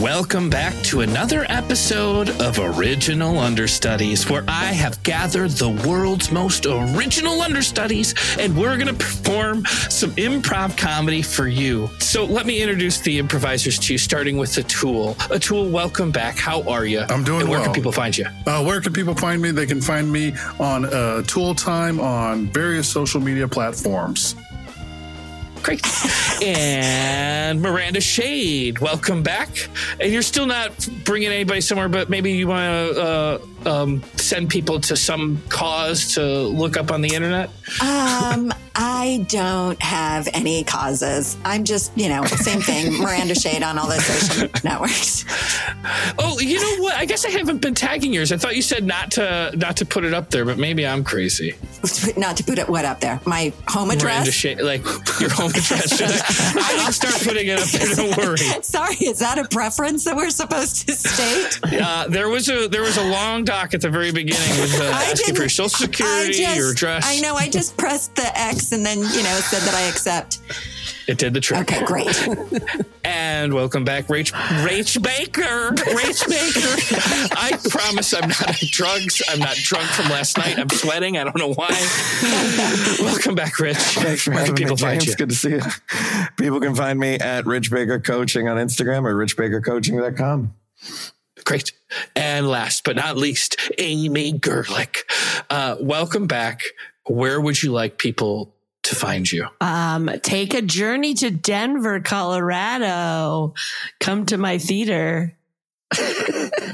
welcome back to another episode of Original Understudies, where I have gathered the world's most original understudies, and we're going to perform some improv comedy for you. So let me introduce the improvisers to you, starting with Atul. Atul, welcome back. How are you? I'm doing and where can well. people find you? Uh, where can people find me? They can find me on uh, Tool Time on various social media platforms. Great. and Miranda Shade, welcome back. And you're still not bringing anybody somewhere, but maybe you want to uh, um, send people to some cause to look up on the internet. Um, I don't have any causes. I'm just, you know, same thing. Miranda Shade on all the social networks. Oh, you know what? I guess I haven't been tagging yours. I thought you said not to not to put it up there, but maybe I'm crazy. Not to put it what up there. My home Miranda address. Shade, like your home address. Should I, I'll start putting it up there. Don't worry. Sorry, is that a preference that we're supposed to state? Uh, there was a there was a long doc at the very beginning with uh, I asking for your didn't- social I security, just, your address. I know. I just pressed the X and then you know said that I accept. It did the trick. Okay, great. And welcome back, Rach, Rach Baker. Rach Baker. I promise I'm not on drugs. I'm not drunk from last night. I'm sweating. I don't know why. welcome back, Rich. Thanks for Where having can people me, find James. you? Good to see you. People can find me at Rich Baker Coaching on Instagram or richbakercoaching.com. Great. And last but not least, Amy Gerlich. Uh, welcome back. Where would you like people to find you? Um, take a journey to Denver, Colorado. Come to my theater.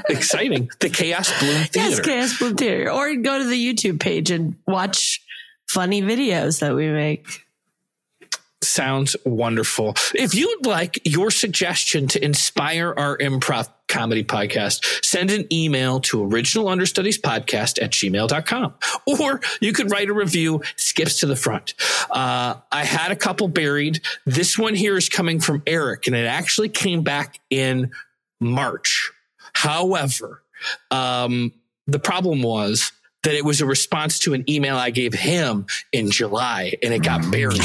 Exciting. The Chaos Bloom Yes, Theater. Chaos Bloom Theater. Or go to the YouTube page and watch funny videos that we make. Sounds wonderful. If you'd like your suggestion to inspire our improv comedy podcast, send an email to originalunderstudiespodcast at gmail.com. Or you could write a review, skips to the front. Uh, I had a couple buried. This one here is coming from Eric, and it actually came back in March. However, um, the problem was that it was a response to an email I gave him in July and it got buried.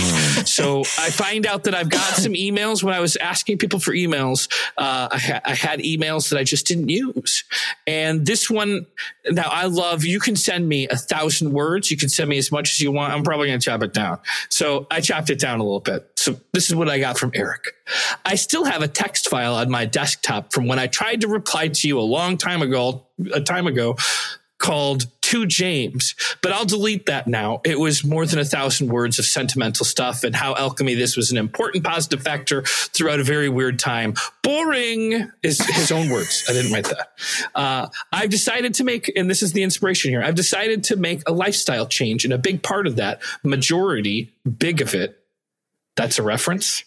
so I find out that I've got some emails when I was asking people for emails. Uh, I, ha- I had emails that I just didn't use. And this one, now I love, you can send me a thousand words. You can send me as much as you want. I'm probably going to chop it down. So I chopped it down a little bit. So this is what I got from Eric. I still have a text file on my desktop from when I tried to reply to you a long time ago, a time ago called to James, but I'll delete that now. It was more than a thousand words of sentimental stuff and how alchemy this was an important positive factor throughout a very weird time. Boring is his own words. I didn't write that. Uh, I've decided to make, and this is the inspiration here. I've decided to make a lifestyle change, and a big part of that, majority big of it, that's a reference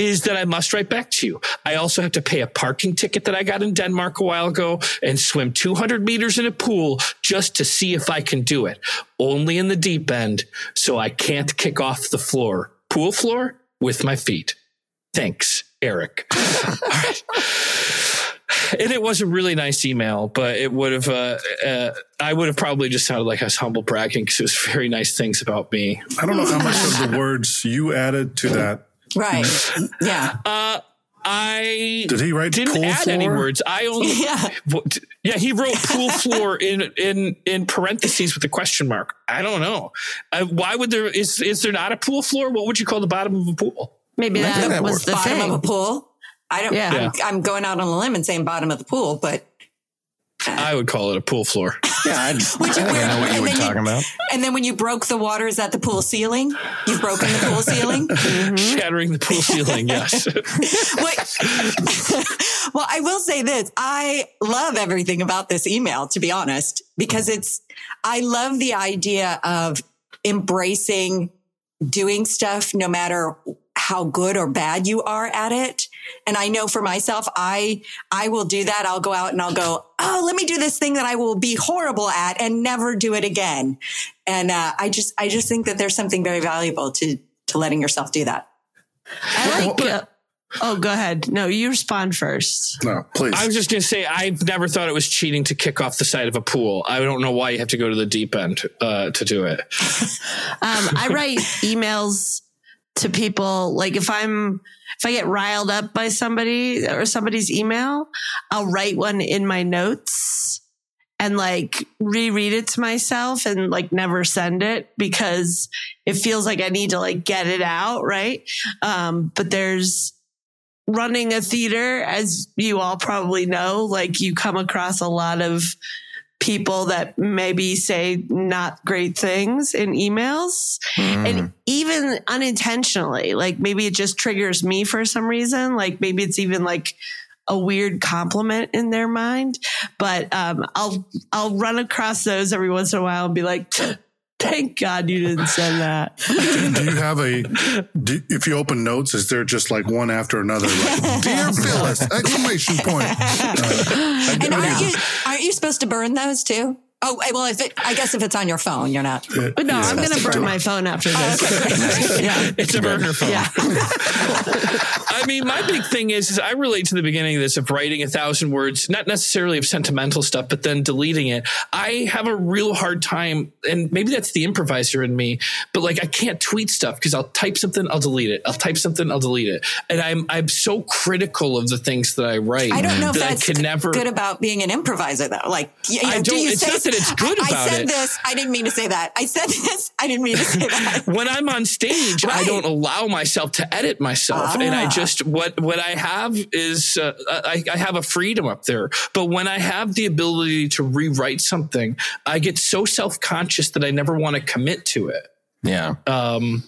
is that I must write back to you. I also have to pay a parking ticket that I got in Denmark a while ago and swim 200 meters in a pool just to see if I can do it. Only in the deep end, so I can't kick off the floor, pool floor with my feet. Thanks, Eric. All right. And it was a really nice email, but it would have, uh, uh, I would have probably just sounded like I was humble bragging because it was very nice things about me. I don't know how much of the words you added to that. Right. Yeah. Uh, I Did he write didn't pool add floor? any words. I only Yeah. What- yeah, he wrote pool floor in in in parentheses with a question mark. I don't know. Uh, why would there is is there not a pool floor? What would you call the bottom of a pool? Maybe Maybe that that was worked. the bottom thing. of a pool. I don't. Yeah. I'm, I'm going out on a limb and saying bottom of the pool, but I would call it a pool floor. Yeah, I, just, I think I know what and you were then you- talking about. and then when you broke the water, is that the pool ceiling? You've broken the pool ceiling. Mm-hmm. Shattering the pool ceiling, yes. What- well, I will say this. I love everything about this email, to be honest, because it's, I love the idea of embracing doing stuff no matter how good or bad you are at it. And I know for myself, I, I will do that. I'll go out and I'll go, Oh, let me do this thing that I will be horrible at and never do it again. And, uh, I just, I just think that there's something very valuable to, to letting yourself do that. I like. uh, oh, go ahead. No, you respond first. No, please. I was just gonna say I've never thought it was cheating to kick off the side of a pool. I don't know why you have to go to the deep end uh, to do it. Um, I write emails to people. Like if I'm, if I get riled up by somebody or somebody's email, I'll write one in my notes and like reread it to myself and like never send it because it feels like I need to like get it out. Right. Um, but there's running a theater, as you all probably know, like you come across a lot of people that maybe say not great things in emails and even unintentionally like maybe it just triggers me for some reason like maybe it's even like a weird compliment in their mind but um i'll i'll run across those every once in a while and be like thank god you didn't send that Do you have a? Do, if you open notes, is there just like one after another? Like, Dear Phyllis! Exclamation point. And aren't you aren't you supposed to burn those too? Oh well, if it, I guess if it's on your phone, you're not. Oh, but no i'm gonna burn my phone after this yeah It's a burner phone. yeah I mean, my big thing is, is I relate to the beginning of this of writing a thousand words, not necessarily of sentimental stuff, but then deleting it. I have a real hard time, and maybe that's the improviser in me, but like I can't tweet stuff because I'll type something, I'll delete it. I'll type something, I'll delete it. And I'm I'm so critical of the things that I write. I don't know if that that's I can never good about being an improviser, though. Like, you I know, do don't- you it's say not that it's good I, about I said it. this. I didn't mean to say that. I said this. I didn't mean to say that. when I'm on stage, I don't allow myself to edit myself, and I just what what I have is uh, I, I have a freedom up there. But when I have the ability to rewrite something, I get so self conscious that I never want to commit to it. Yeah. Um,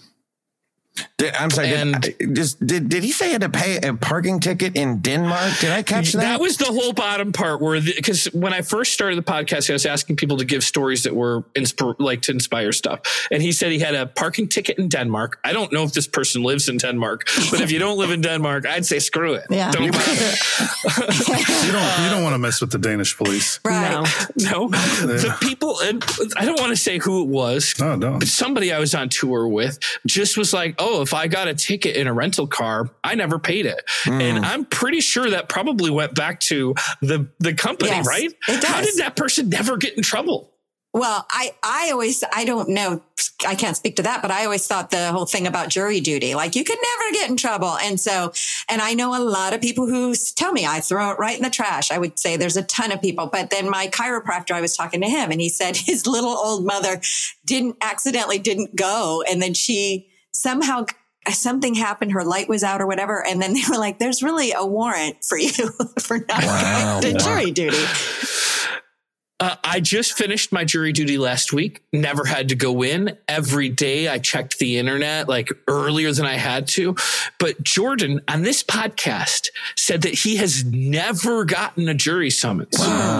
Did, I'm sorry. And- did, I- just did did he say he had to pay a parking ticket in Denmark? Did I catch that? that was the whole bottom part where because when I first started the podcast, I was asking people to give stories that were inspir- like to inspire stuff, and he said he had a parking ticket in Denmark. I don't know if this person lives in Denmark, but if you don't live in Denmark, I'd say screw it. Yeah. Don't bother. You don't. You don't want to mess with the Danish police. Right. no. No, the people, and I don't want to say who it was. No, no. but Somebody I was on tour with just was like, "Oh, if I got a ticket in a rental car, I never paid it," Hmm. and I'm pretty sure that probably went back to the the company, Yes, right? it How does. did that person never get in trouble? Well, I, I always, I don't know, I can't speak to that, but I always thought the whole thing about jury duty, like you could never get in trouble. And so, and I know a lot of people who s- tell me I throw it right in the trash. I would say there's a ton of people, but then my chiropractor, I was talking to him and he said his little old mother didn't accidentally didn't go. And then she somehow something happened. Her light was out or whatever. And then they were like, there's really a warrant for you for not Wow. going to jury duty. Uh, I just finished my jury duty last week. Never had to go in. Every day I checked the internet like earlier than I had to. But Jordan on this podcast said that he has never gotten a jury summons,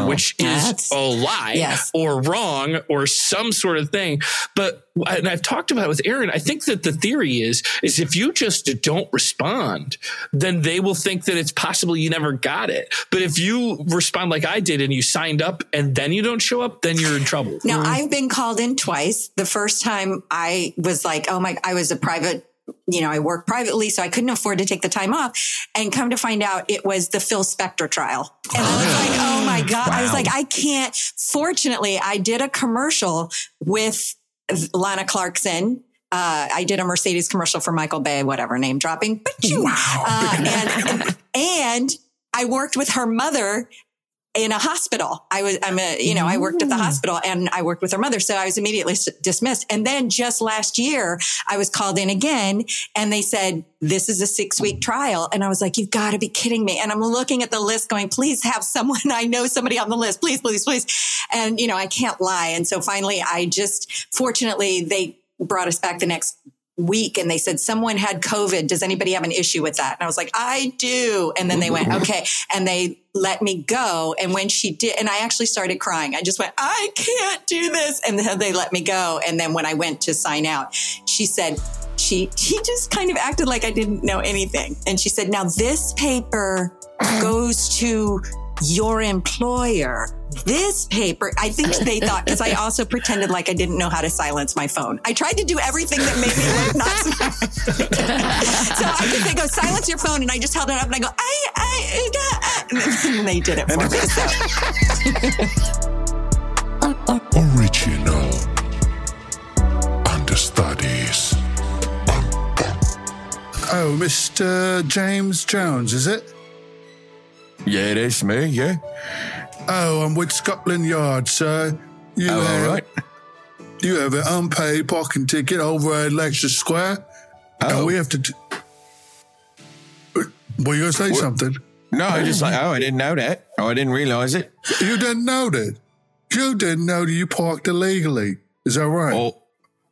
which That's- is a lie Yes. or wrong or some sort of thing. But and I've talked about it with Aaron. I think that the theory is is if you just don't respond, then they will think that it's possible you never got it. But if you respond like I did and you signed up and then you don't show up, then you're in trouble. Now I've been called in twice. The first time I was like, oh my, I was a private, you know, I work privately, so I couldn't afford to take the time off. And come to find out it was the Phil Spector trial. And I was like, oh my God. I was like, I can't. Fortunately, I did a commercial with Lana Clarkson. Uh, I did a Mercedes commercial for Michael Bay, whatever name dropping, but you, uh, and, and I worked with her mother in a hospital. I was, I'm a, you know, I worked at the hospital and I worked with her mother. So I was immediately s- dismissed. And then just last year, I was called in again and they said, this is a six week trial. And I was like, you've got to be kidding me. And I'm looking at the list going, please have someone. I know somebody on the list. Please, please, please. And, you know, I can't lie. And so finally I just, fortunately, they brought us back the next week and they said someone had covid does anybody have an issue with that and i was like i do and then they went okay and they let me go and when she did and i actually started crying i just went i can't do this and then they let me go and then when i went to sign out she said she she just kind of acted like i didn't know anything and she said now this paper goes to your employer this paper i think they thought because i also pretended like i didn't know how to silence my phone i tried to do everything that made me look not smart so i think they go silence your phone and i just held it up and i go i i, I, I ah." and they did it for me So- original understudies. Oh, Mr. James Jones, is it? Yeah, that's me. Yeah. Oh, I'm with Scotland Yard, sir. You Oh, have, all right. You have an unpaid parking ticket over at Lexus Square, and Oh. we have to. T- well, you gonna say something? No, I just like, oh, I didn't know that. Oh, I didn't realize it. You didn't know that. You didn't know that you parked illegally. Is that right? Oh,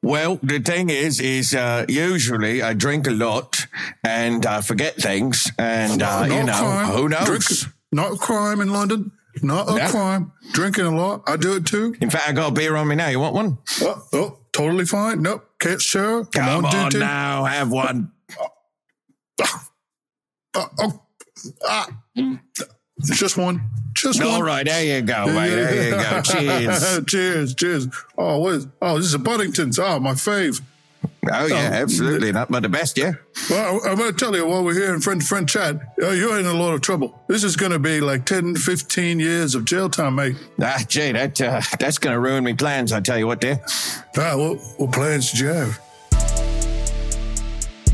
well, the thing is, is uh, usually I drink a lot and I forget things, and uh, Not you a know, who knows? Drink- not a crime in London. Not a No. crime. Drinking a lot. I do it too. In fact, I got a beer on me now. You want one? Oh, oh, totally fine. Nope. Can't share. I'm Come on duty. now, have one. Oh, oh, ah. Just one. Just All one. right, there you go, mate. There you go. Cheers. cheers, cheers. Oh, what is, oh, this is a Buddington's. Oh, my fave. Oh yeah, Oh. absolutely. Not but the best, yeah. Well, I- I'm going to tell you while we're here in friend to friend chat, uh, you're in a lot of trouble. This is going to be like 10, 15 years of jail time, mate. Ah, gee, that uh, that's gonna ruin me plans. I tell you what, there. Ah, what, what plans did you have?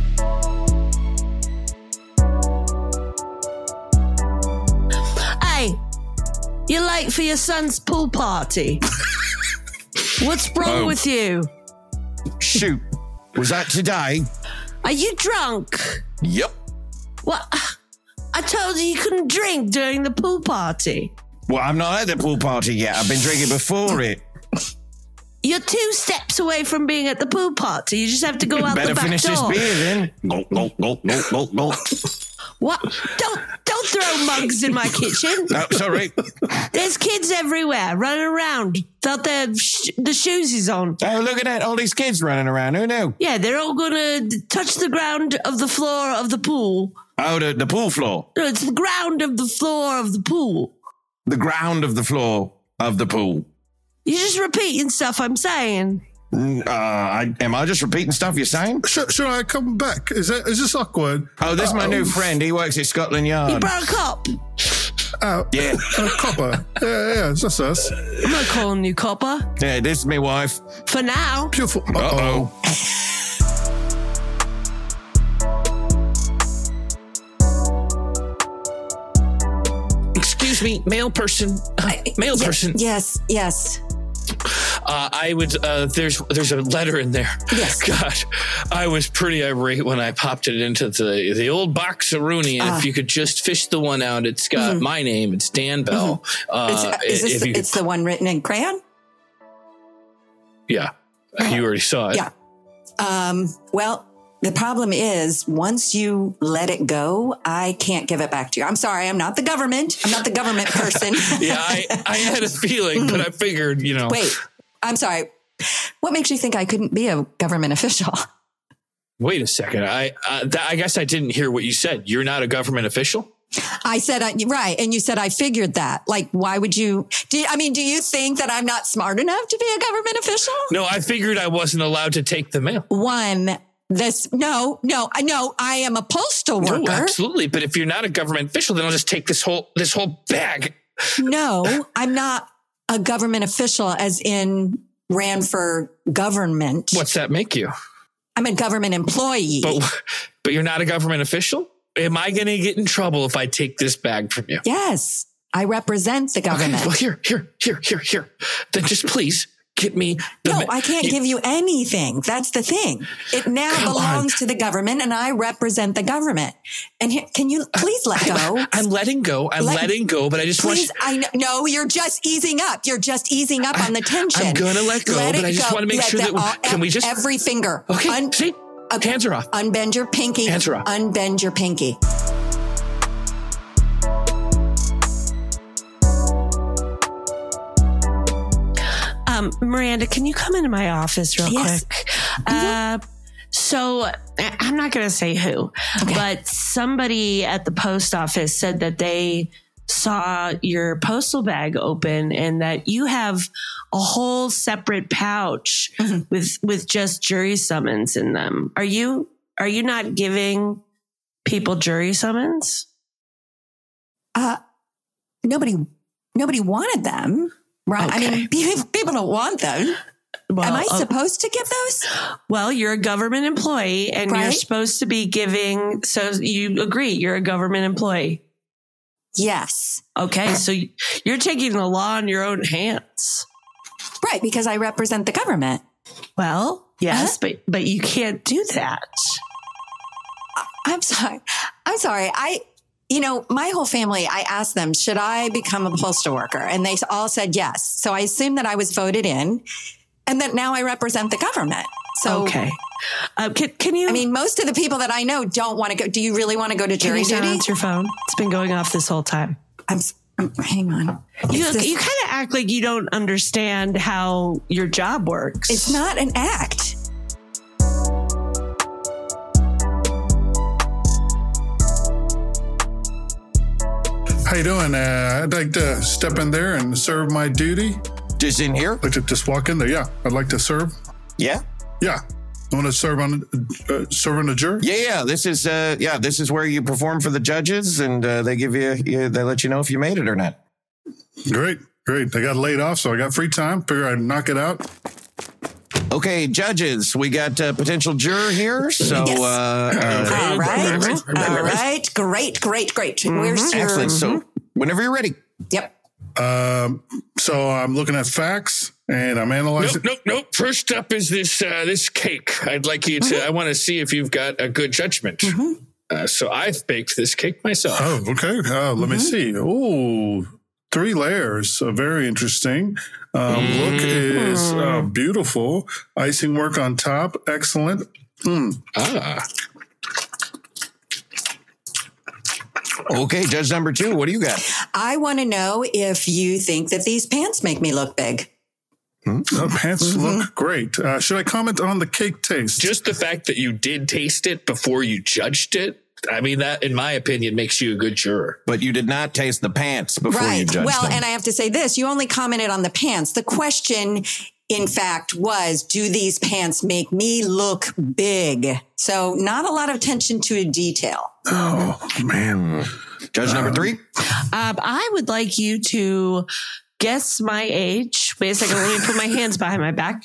Hey, you're late for your son's pool party. What's wrong Oh. with you? Shoot, was that today? Are you drunk? Yep. What? I told you you couldn't drink during the pool party. Well, I'm not at the pool party yet. I've been drinking before it. You're two steps away from being at the pool party. You just have to go out the Better back finish this door. beer then. Gulp, gulp, gulp, gulp, gulp, gulp. What? Don't don't throw mugs in my kitchen. No, sorry. There's kids everywhere running around. Thought their sh- the shoes is on. Oh, look at that. All these kids running around. Who knew? Yeah, they're all gonna touch the ground of the floor of the pool. Oh, the, the pool floor. No, it's the ground of the floor of the pool. The ground of the floor of the pool. You're just repeating stuff I'm saying. Mm, Uh, I, am I just repeating stuff you're saying? Should, should I come back? Is that is this awkward? Uh, Oh, this is my new friend. He works at Scotland Yard. You broke up. Oh, yeah. uh, copper. Yeah, yeah, it's that's us. I'm not calling you copper Yeah, this is my wife. for now. Beautiful. Uh Uh-oh. oh. Excuse me, male person. Male Ye- person. Yes, yes. Uh, I would. Uh, there's there's a letter in there. Yes. God, I was pretty irate when I popped it into the the old box of Rooney. Ah. And if you could just fish the one out, it's got my name. It's Dan Bell. Uh, Mm-hmm. It's- is if this the, you- it's the one written in crayon? yeah, you already saw it. Uh-huh. Yeah. Um, well, the problem is once you let it go, I can't give it back to you. I'm sorry, I'm not the government. I'm not the government person. Yeah, I, I had a feeling, but I figured, you know, Wait, I'm sorry. What makes you think I couldn't be a government official? wait a second. I uh, th- I guess I didn't hear what you said. You're not a government official. I said, I, right. And you said, I figured that. Like, why would you? Do, I mean, do you think that I'm not smart enough to be a government official? No, I figured I wasn't allowed to take the mail. One, this, no, no, I no, I am a postal worker. No, absolutely. But if you're not a government official, then I'll just take this whole this whole bag. No, I'm not a government official, as in ran for government. What's that make you? I'm a government employee. But but you're not a government official. Am I going to get in trouble if I take this bag from you? yes, I represent the Okay. government. Well, here, here, here, here, here. Then just please get me. The no, ma- I can't you- give you anything. That's the thing. It now Come belongs to the government, and I represent the government. And here, can you please let go? Uh, I'm letting go. I'm Let- letting go. But I just want. Please, I know. No, you're just easing up. You're just easing up on the tension. I'm gonna let go, but it I just wanna make Let sure that we- can we just- every finger? Okay. Un- see, okay. hands are off. Unbend your pinky. Hands are up. Unbend your pinky. Um, Miranda, can you come into my office real Yes. Mm-hmm. quick? Uh, so I- I'm not going to say who, Okay. but somebody at the post office said that they saw your postal bag open and that you have a whole separate pouch Mhm. with with just jury summons in them. Are you are you not giving people jury summons? Uh, nobody, nobody wanted them, right? I mean, people don't want them. well, Am I um, uh, supposed to give those? well, you're a government employee and you're Right. supposed to be giving. So you agree, you're a government employee. Yes. Okay. So y- you're taking the law in your own hands. Right, because I represent the government. Uh-huh. Well, yes, but, but you can't do that. I'm sorry. I'm sorry. I, you know, my whole family, I asked them, should I become a postal worker? And they all said yes. So I assumed that I was voted in and that now I represent the government. So, Okay. Uh, can, can you? I mean, most of the people that I know don't want to go. Do you really want to go to Can jury you duty? silence your phone? It's been going off this whole time. I'm, s- um, hang on. You, It's this- you kind of act like you don't understand how your job works. it's not an act. How you doing? Uh, I'd like to step in there and serve my duty. Just in here? Like to just walk in there. Yeah, I'd like to serve. Yeah. Yeah, I want to serve on uh, serving the jury. Yeah, yeah. This is uh yeah, this is where you perform for the judges and uh, they give you, you they let you know if you made it or not. Great, great. I got laid off, so I got free time. Figure I'd knock it out. Okay, judges, we got a potential juror here. So Yes. uh, uh All right. All right. Great, great, great. Mm-hmm. Where's your. excellent. So whenever you're ready. Yep. Um, so I'm looking at facts and I'm Nope, analyzing. nope, nope. First up is this uh, this cake. I'd like you to. Mm-hmm. I want to see if you've got a good judgment. Uh, so I've baked this cake myself. Oh, okay. Uh, let Mm-hmm. me see. Oh, three layers. Uh, very interesting. Um, Look Mm-hmm. is uh, Hmm. beautiful. Icing work on top. Excellent. hmm. Ah, Okay, judge number two, what do you got? I want to know if you think that these pants make me look big. Hmm? Uh, pants Mm-hmm. look great. Uh, should I comment on the cake taste? just the fact that you did taste it before you judged it. I mean, that in my opinion makes you a good juror. But you did not taste the pants before you Right. judged Well, them. and I have to say this you only commented on the pants. The question, in fact, was do these pants make me look big? So, not a lot of attention to detail. oh man. Judge number three. Um, I would like you to guess my age. Wait a second. Let me put my hands behind my back.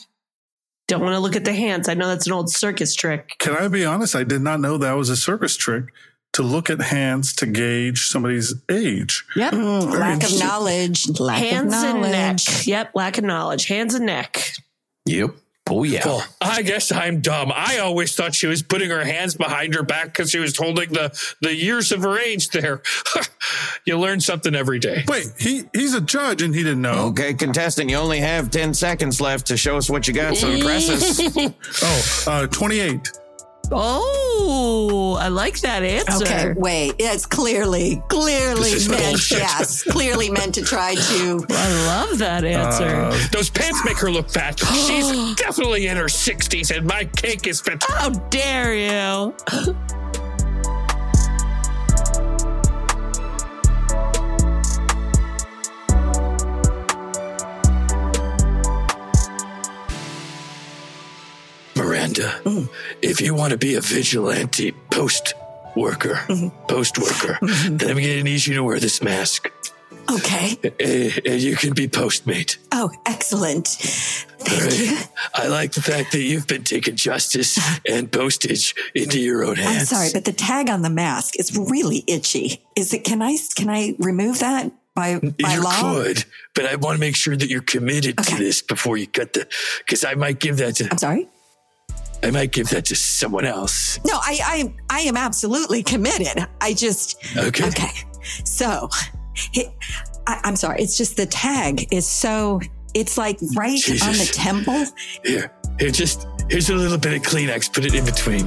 Don't want to look at the hands. I know that's an old circus trick. Can I be honest? I did not know that was a circus trick to look at hands to gauge somebody's age. Yep. Mm, very Lack of interesting. knowledge. Lack Hands of and knowledge. neck. Yep. Lack of knowledge. Hands and neck. Yep. Oh yeah. Well, I guess I'm dumb. I always thought she was putting her hands behind her back because she was holding the the years of her age there. you learn something every day. Uh, Wait, he he's a judge and he didn't know. Okay, contestant, you only have 10 seconds left to show us what you got, so impress us. Oh, uh, 28. Oh, I like that answer. Okay, wait. It's clearly, clearly This is meant, bullshit. yes, clearly meant to try to. I love that answer. Uh, Those pants make her look fat. She's definitely in her 60s, and my cake is fat. How dare you? Miranda, Mm. if you want to be a vigilante post worker, Mm-hmm. post worker, then I'm going to need you to wear this mask. Okay. Eh, And you can be postmate. Oh, excellent. Thank you. Eh? I like the fact that you've been taking justice and postage into your own I'm hands. sorry, but the tag on the mask is really itchy. Is it? Can I? Can I remove that by by you law? could, but I want to make sure that you're committed to Okay. this before you cut the. Because I might give that to I'm sorry. I might give that to someone else. No, I, I, I am absolutely committed. I just, Okay. okay. So he- I, I'm sorry. It's just the tag is so, it's like right on the Jesus. temple. Here, here, just here's a little bit of Kleenex. Put it in between.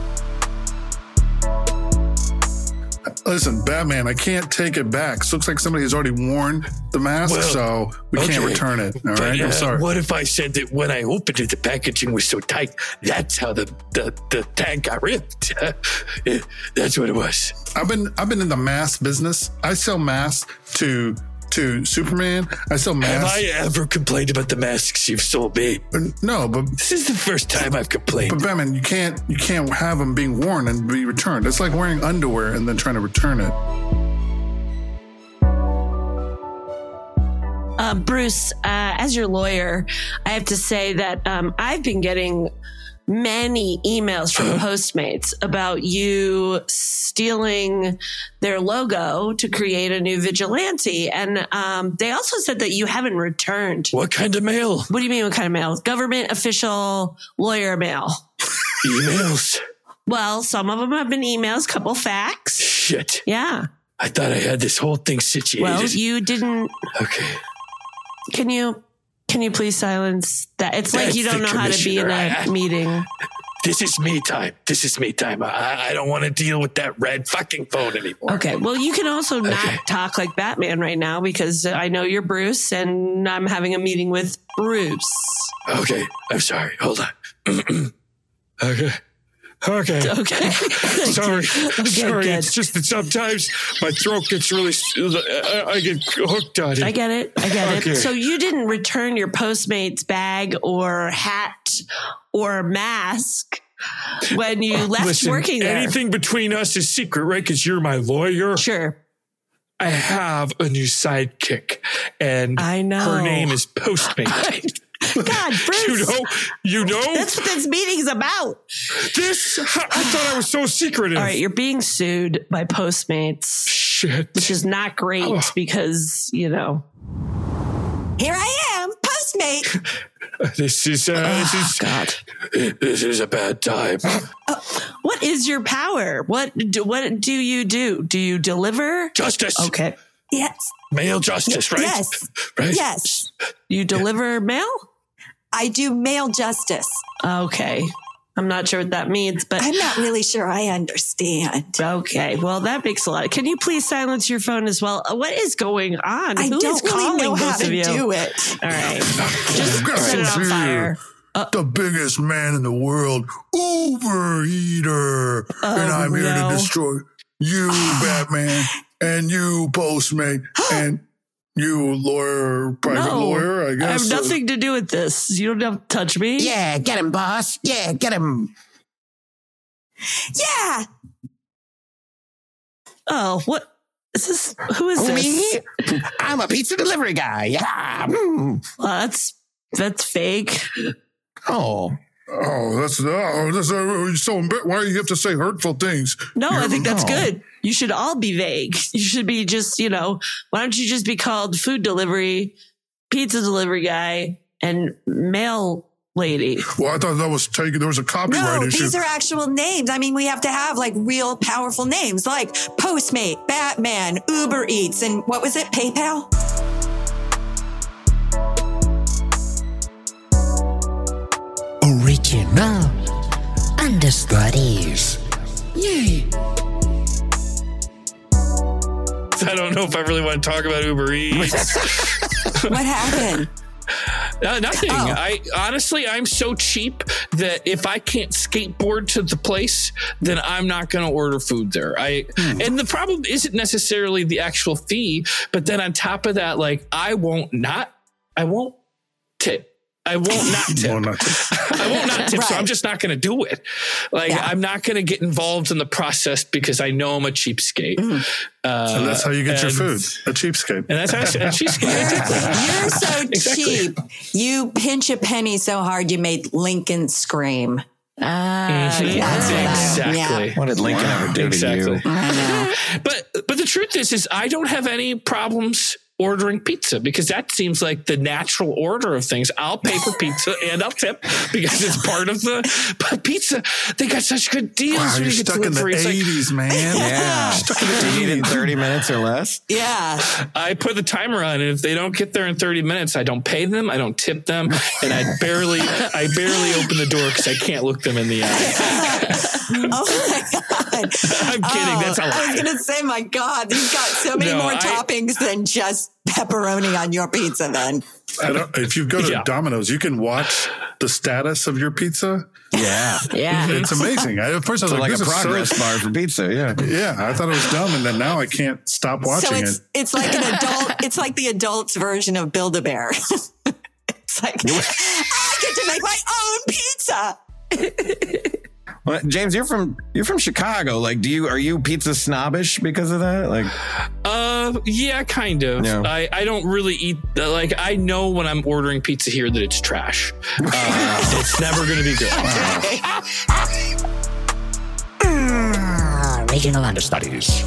Listen, Batman, I can't take it back. This looks like somebody has already worn the mask, Well, so we can't okay. return it. All right, uh, I'm sorry. What if I said that when I opened it, the packaging was so tight? That's how the the, the tag got ripped. Yeah, that's what it was. I've been I've been in the mask business. I sell masks to to Superman. I sell Have masks. I ever complained about the masks you've sold me? Uh, no, but This is the first time I've complained. but Batman, you can't you can't have them being worn and be returned. It's like wearing underwear and then trying to return it. Uh, Um, Bruce, uh, as your lawyer, I have to say that um, I've been getting many emails from Postmates about you stealing their logo to create a new vigilante. And um, they also said that you haven't returned. What kind of mail? What do you mean, what kind of mail? Government official lawyer mail. Emails. Well, some of them have been emails, couple facts. Shit. Yeah. I thought I had this whole thing situated. Well, you didn't. okay. Can you can you please silence that? It's like That's you don't the know how to be in commissioner. I- a I- meeting. This is me time. This is me time. I, I don't want to deal with that red fucking phone anymore. Okay. Well, you can also Okay. not talk like Batman right now because I know you're Bruce and I'm having a meeting with Bruce. Okay. I'm sorry. Hold on. okay. Okay. Okay. Sorry, sorry. good. It's just that sometimes my throat gets really. s- uh, I, I get hooked on it. I get it. I get Okay. it. So you didn't return your Postmates bag or hat or mask when you left Oh, Listen, working there. Anything between us is secret, right? Because you're my lawyer. Sure. I have a new sidekick, and I know. her name is Postmate. God, Bruce. you know, you know That's what this meeting's about. this. I thought I was so secretive. All right, you're being sued by Postmates, Shit. which is not great Oh. because, you know. Here I am, Postmate. This is uh, this is Ah, God. this is a bad time. Uh, What is your power? What do, what do you do? Do you deliver? Justice, Okay. Yes. male justice, right? Yes. right. Yes. You deliver mail? I do male justice. Okay. I'm not sure what that means, but I'm not really sure I understand. okay. Well, that makes a lot. Can you please silence your phone as well? Uh, What is going on? I Who is don't really calling know both how to of you? do it. All right. Just set it on Here. fire. the biggest man in the world, overeater, and I'm here Oh, no. to destroy you, Batman, and you, Postmate, and you, lawyer, private No, lawyer. I I guess have nothing to do with this. You don't have to touch me. uh, Yeah, get him, boss. Yeah, get him. Yeah. Oh, what is this? Who is this? Me? I'm a pizza delivery guy. Yeah. mm. Well, that's that's fake. Oh, Oh, that's oh, that's uh, you're so. embar- Why do you have to say hurtful things? No, I think that's No. good. You should all be vague. You should be just, you know, why don't you just be called food delivery, pizza delivery guy, and mail lady? Well, I thought that was taken. There was a copyright No, issue. these are actual names. I mean, we have to have like real powerful names like Postmate, Batman, Uber Eats, and what was it, PayPal? original understudies. Yay! I don't know if I really want to talk about Uber Eats. What happened? Uh, nothing. Oh. I honestly, I'm so cheap that if I can't skateboard to the place, then I'm not going to order food there. I Hmm. and the problem isn't necessarily the actual fee, but then on top of that, like I won't not, I won't tip. I won't not tip. Well, not- I won't not tip. So I'm Right. just not going to do it. Like Yeah. I'm not going to get involved in the process because I know I'm a cheapskate. Mm. Uh, and that's how you get your and- food. A cheapskate. And that's how I, and she's You're, exactly. you're so Exactly. cheap. You pinch a penny so hard you made Lincoln scream. Ah, That's what I- Mm-hmm. exactly. what did Lincoln ever do Exactly. to you? But but the truth is is I don't have any problems ordering pizza because that seems like the natural order of things. I'll pay for pizza and I'll tip because it's part of the but pizza. They got such good deals Wow, when you're you get stuck in the delivery. It's like, '80s, man. Yeah. Stuck in the Did you eat in 80s. 30 minutes or less? Yeah. I put the timer on, and if they don't get there in 30 minutes, I don't pay them, I don't tip them, and I barely, I barely open the door because I can't look them in the eye. Oh my God. Oh, I'm kidding. that's a lie. I was going to say, my God, you've got so many No, more I- toppings than just pepperoni on your pizza, then. I don't, if you go to Yeah. Domino's, you can watch the status of your pizza. Yeah. yeah. It's amazing. I, at first, I was So like, like a this is so- progress bar for pizza. Yeah. Yeah, I thought it was dumb, and then now I can't stop watching so it's it. it's like an adult. It's like the adult's version of Build a Bear. it's Oh, like I get to make my own pizza. Well, James, you're from you're from Chicago. Like, do you are you pizza snobbish because of that? Like, Uh, yeah, kind of. Yeah. I, I don't really eat, like, I know when I'm ordering pizza here that it's trash. Uh, it's never going to be good. Mm. Regional understudies.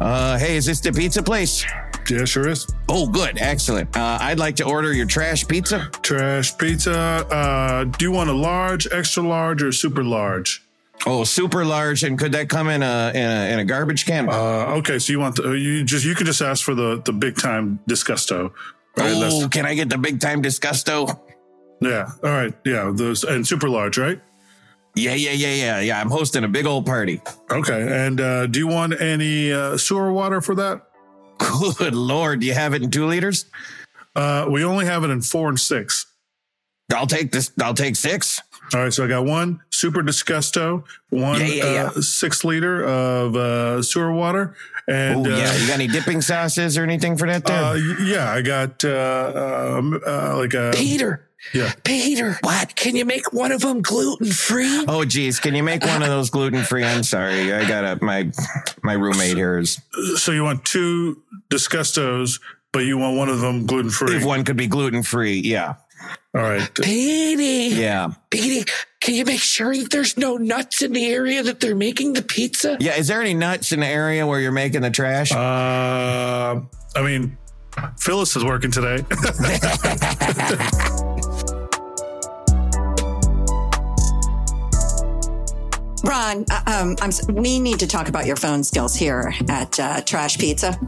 uh, hey, is this the pizza place? Yeah, sure is. Oh, good, excellent. Uh, I'd like to order your trash pizza. Trash pizza. Uh, do you want a large, extra large, or super large? Oh, super large, and could that come in a in a, in a garbage can? Uh, okay, so you want the, you just you can just ask for the the big time disgusto. Right? oh, That's- can I get the big time disgusto? yeah. All right. Yeah. Those and super large, right? Yeah, yeah, yeah, yeah, yeah. I'm hosting a big old party. Okay. And uh, do you want any uh, sewer water for that? Good lord, do you have it in two liters? Uh, we only have it in four and six. I'll take this. I'll take six. All right, so I got one super disgusto, one Yeah, yeah, Uh, six liter of uh, sewer water, and oh uh, yeah, you got any dipping sauces or anything for that? There, uh, y- yeah, I got uh, um, uh, like a Peter. Yeah. Peter. What? Can you make one of them gluten free? Oh geez, can you make one of those gluten free? I'm sorry, I got a my my roommate here is so you want two disgustos, but you want one of them gluten free. if one could be gluten free. Yeah, All right, Petey. yeah, Petey, can you make sure that there's no nuts in the area that they're making the pizza? yeah. Is there any nuts in the area where you're making the trash? uh, I mean Phyllis is working today. uh, Ron, uh, um, I'm, s- we need to talk about your phone skills here at uh, Trash Pizza.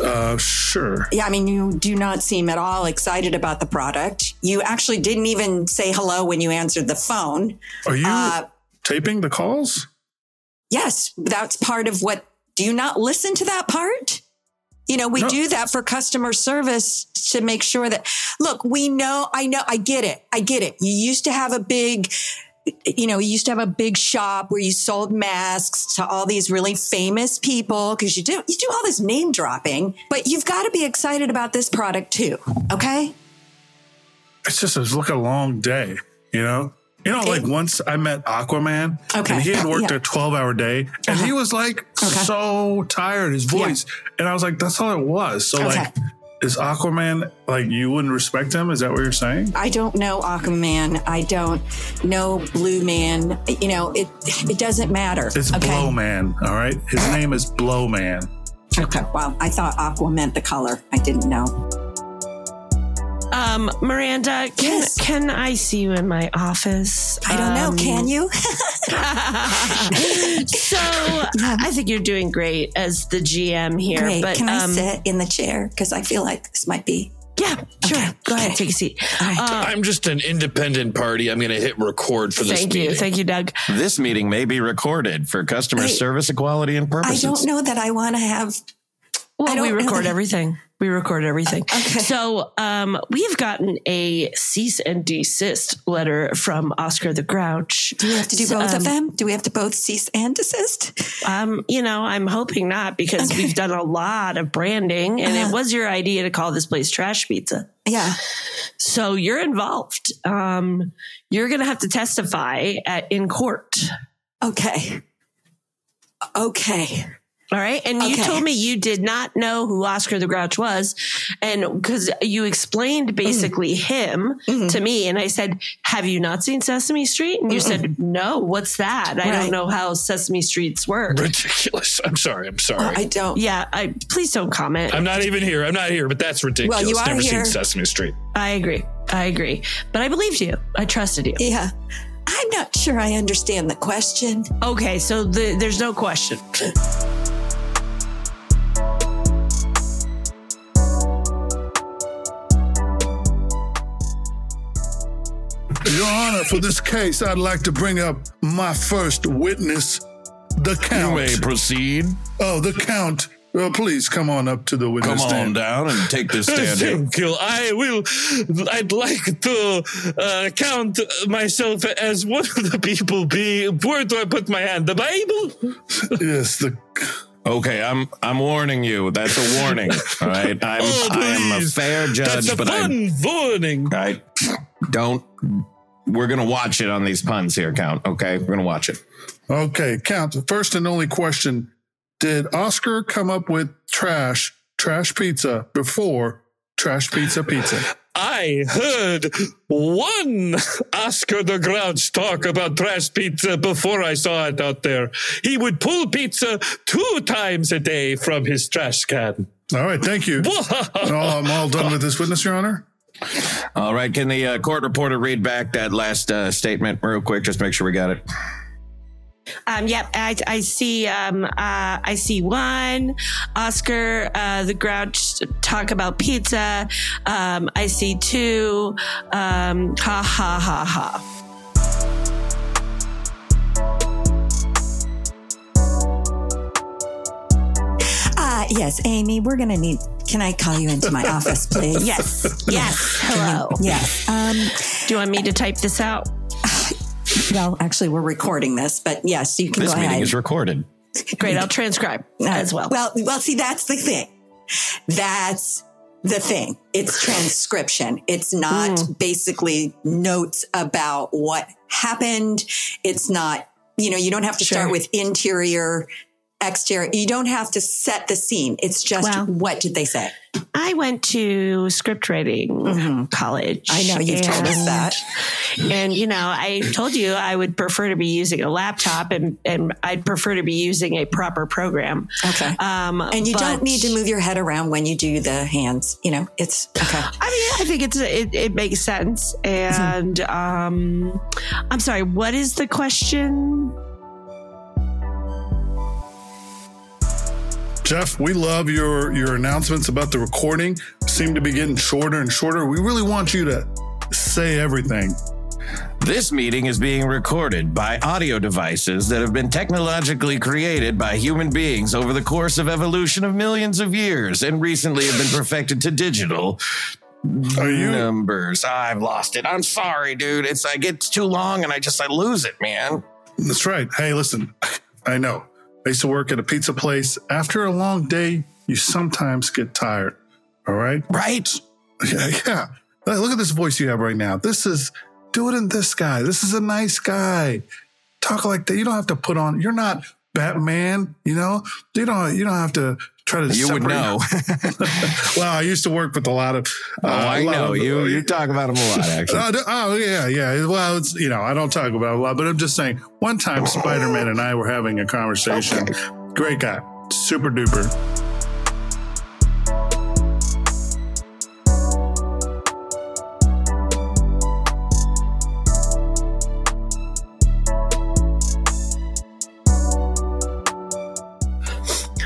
uh, sure. Yeah, I mean, you do not seem at all excited about the product. You actually didn't even say hello when you answered the phone. Are you Uh, taping the calls? Yes, that's part of what. Do you not listen to that part? You know, we No. do that for customer service to make sure that, look, we know, I know, I get it. I get it. You used to have a big, you know, you used to have a big shop where you sold masks to all these really famous people because you do, you do all this name dropping, but you've got to be excited about this product too. Okay. it's just it's like a long day, you know? You know, like once I met Aquaman Okay. and he had worked Yeah. Uh-huh. a 12 hour day and he was like so tired, his voice. And I was like, that's all it was. So, Okay. like, is Aquaman like you wouldn't respect him? Is that what you're saying? I don't know Aquaman. I don't know Blue Man. You know, it, it doesn't matter. It's Blow Man, all right? His name is Blow Man. Okay. Wow. I thought aqua meant the color. I didn't know. Um, Miranda, can Yes. can I see you in my office? I don't Um, know. Can you? so I think you're doing great as the GM here. Great. But Can I um, sit in the chair? Because I feel like this might be. yeah, sure. Okay, Go ahead, okay. take a seat. All right. Uh, I'm just an independent party. I'm going to hit record for this thank you, meeting. thank you, Doug. this meeting may be recorded for customer I- service equality and I purposes. don't know that I want to have. I Well, don't we really- record everything. We record everything. Okay. So um, we have gotten a cease and desist letter from Oscar the Grouch. Do we have to do both Um, of them? Do we have to both cease and desist? Um, you know, I'm hoping not because Okay. we've done a lot of branding and Uh-huh. it was your idea to call this place trash pizza. Yeah. So you're involved. Um, you're going to have to testify at, in court. Okay. Okay. All right. And Okay. you told me you did not know who Oscar the Grouch was. And because you explained Mm-hmm. basically him Mhm. to me. And I said, Have you not seen Sesame Street? And you said, No, what's that? I Right. don't know how Sesame Streets work. Ridiculous. I'm sorry. I'm sorry. Oh, I don't. Yeah. Oh, I please don't comment. I'm not even here. I'm not here, but that's ridiculous. Well, you are Never here. seen Sesame Street. I agree. I agree. But I believed you. I trusted you. Yeah. I'm not sure I understand the question. Okay. So the, there's no question. Your Honor, for this case, I'd like to bring up my first witness, the Count. proceed. oh, the Count. Well, please come on up to the witness stand. down and take this Thank you. I will. I'd like to uh, count myself as one of the people. Be where do I put my hand? The Bible. Yes, the Okay, I'm I'm warning you. That's a warning. All right, I'm Oh, I am a please. fair judge, That's a but I fun warning. I don't We're gonna watch it on these puns here, Count. Okay, we're gonna watch it. Okay, count. First and only question Did Oscar come up with trash, trash pizza before trash pizza pizza? I heard one Oscar the Grouch talk about trash pizza before I saw it out there. He would pull pizza two times a day from his trash can. All right, thank you. Oh, I'm all done with this witness, Your Honor. All right, can the uh, court reporter read back that last uh, statement real quick? Just make sure we got it. Um, yep, I, I see. Um, uh, I see one Oscar uh, the Grouch talk about pizza. Um, I see two. Um, ha ha ha ha. Uh, yes, Amy, we're going to need. Can I call you into my office, please? Yes, yes. Hello. Yes. Um, Do you want me to type this out? well, actually, we're recording this, but yes, you can This go meeting ahead. is recorded. Great. I'll transcribe as well. Well, well, see, that's the thing. That's the thing. It's transcription. It's not Hmm. basically notes about what happened. It's not, you know, you don't have to Sure. start with interior, exterior. You don't have to set the scene. It's just Wow. what did they say? I went to script writing college. Mm-hmm. I know you've told us and- that. And you know, I told you I would prefer to be using a laptop, and and I'd prefer to be using a proper program. Okay. Um, and you don't but- need to move your head around when you do the hands. You know, it's okay. I mean, I think it's it, it makes sense. And Hmm. um, I'm sorry, what is the question? Jeff, we love your your announcements about the recording. Seem to be getting shorter and shorter. We really want you to say everything. This meeting is being recorded by audio devices that have been technologically created by human beings over the course of evolution of millions of years and recently have been perfected to digital Are you numbers. I've lost it. I'm sorry, dude. It's like it's too long and I just I lose it, man. That's right. Hey, listen, I know. I used to work at a pizza place. After a long day, you sometimes get tired. All right. Right? Yeah. yeah. Hey, Look at this voice you have right now. This is do it in this guy. This is a nice guy. Talk like that. You don't have to put on. You're not Batman. You know. You don't. You don't have to try to. You would separate- know. well, I used to work with a lot of. oh, uh, I a lot know. of- You you talk about him a lot, Uh, actually. Oh, no- oh, yeah, yeah. Well, it's you know, I don't talk about it a lot, but I'm just saying. One time, Spider Man and I were having a conversation. Great guy, super duper.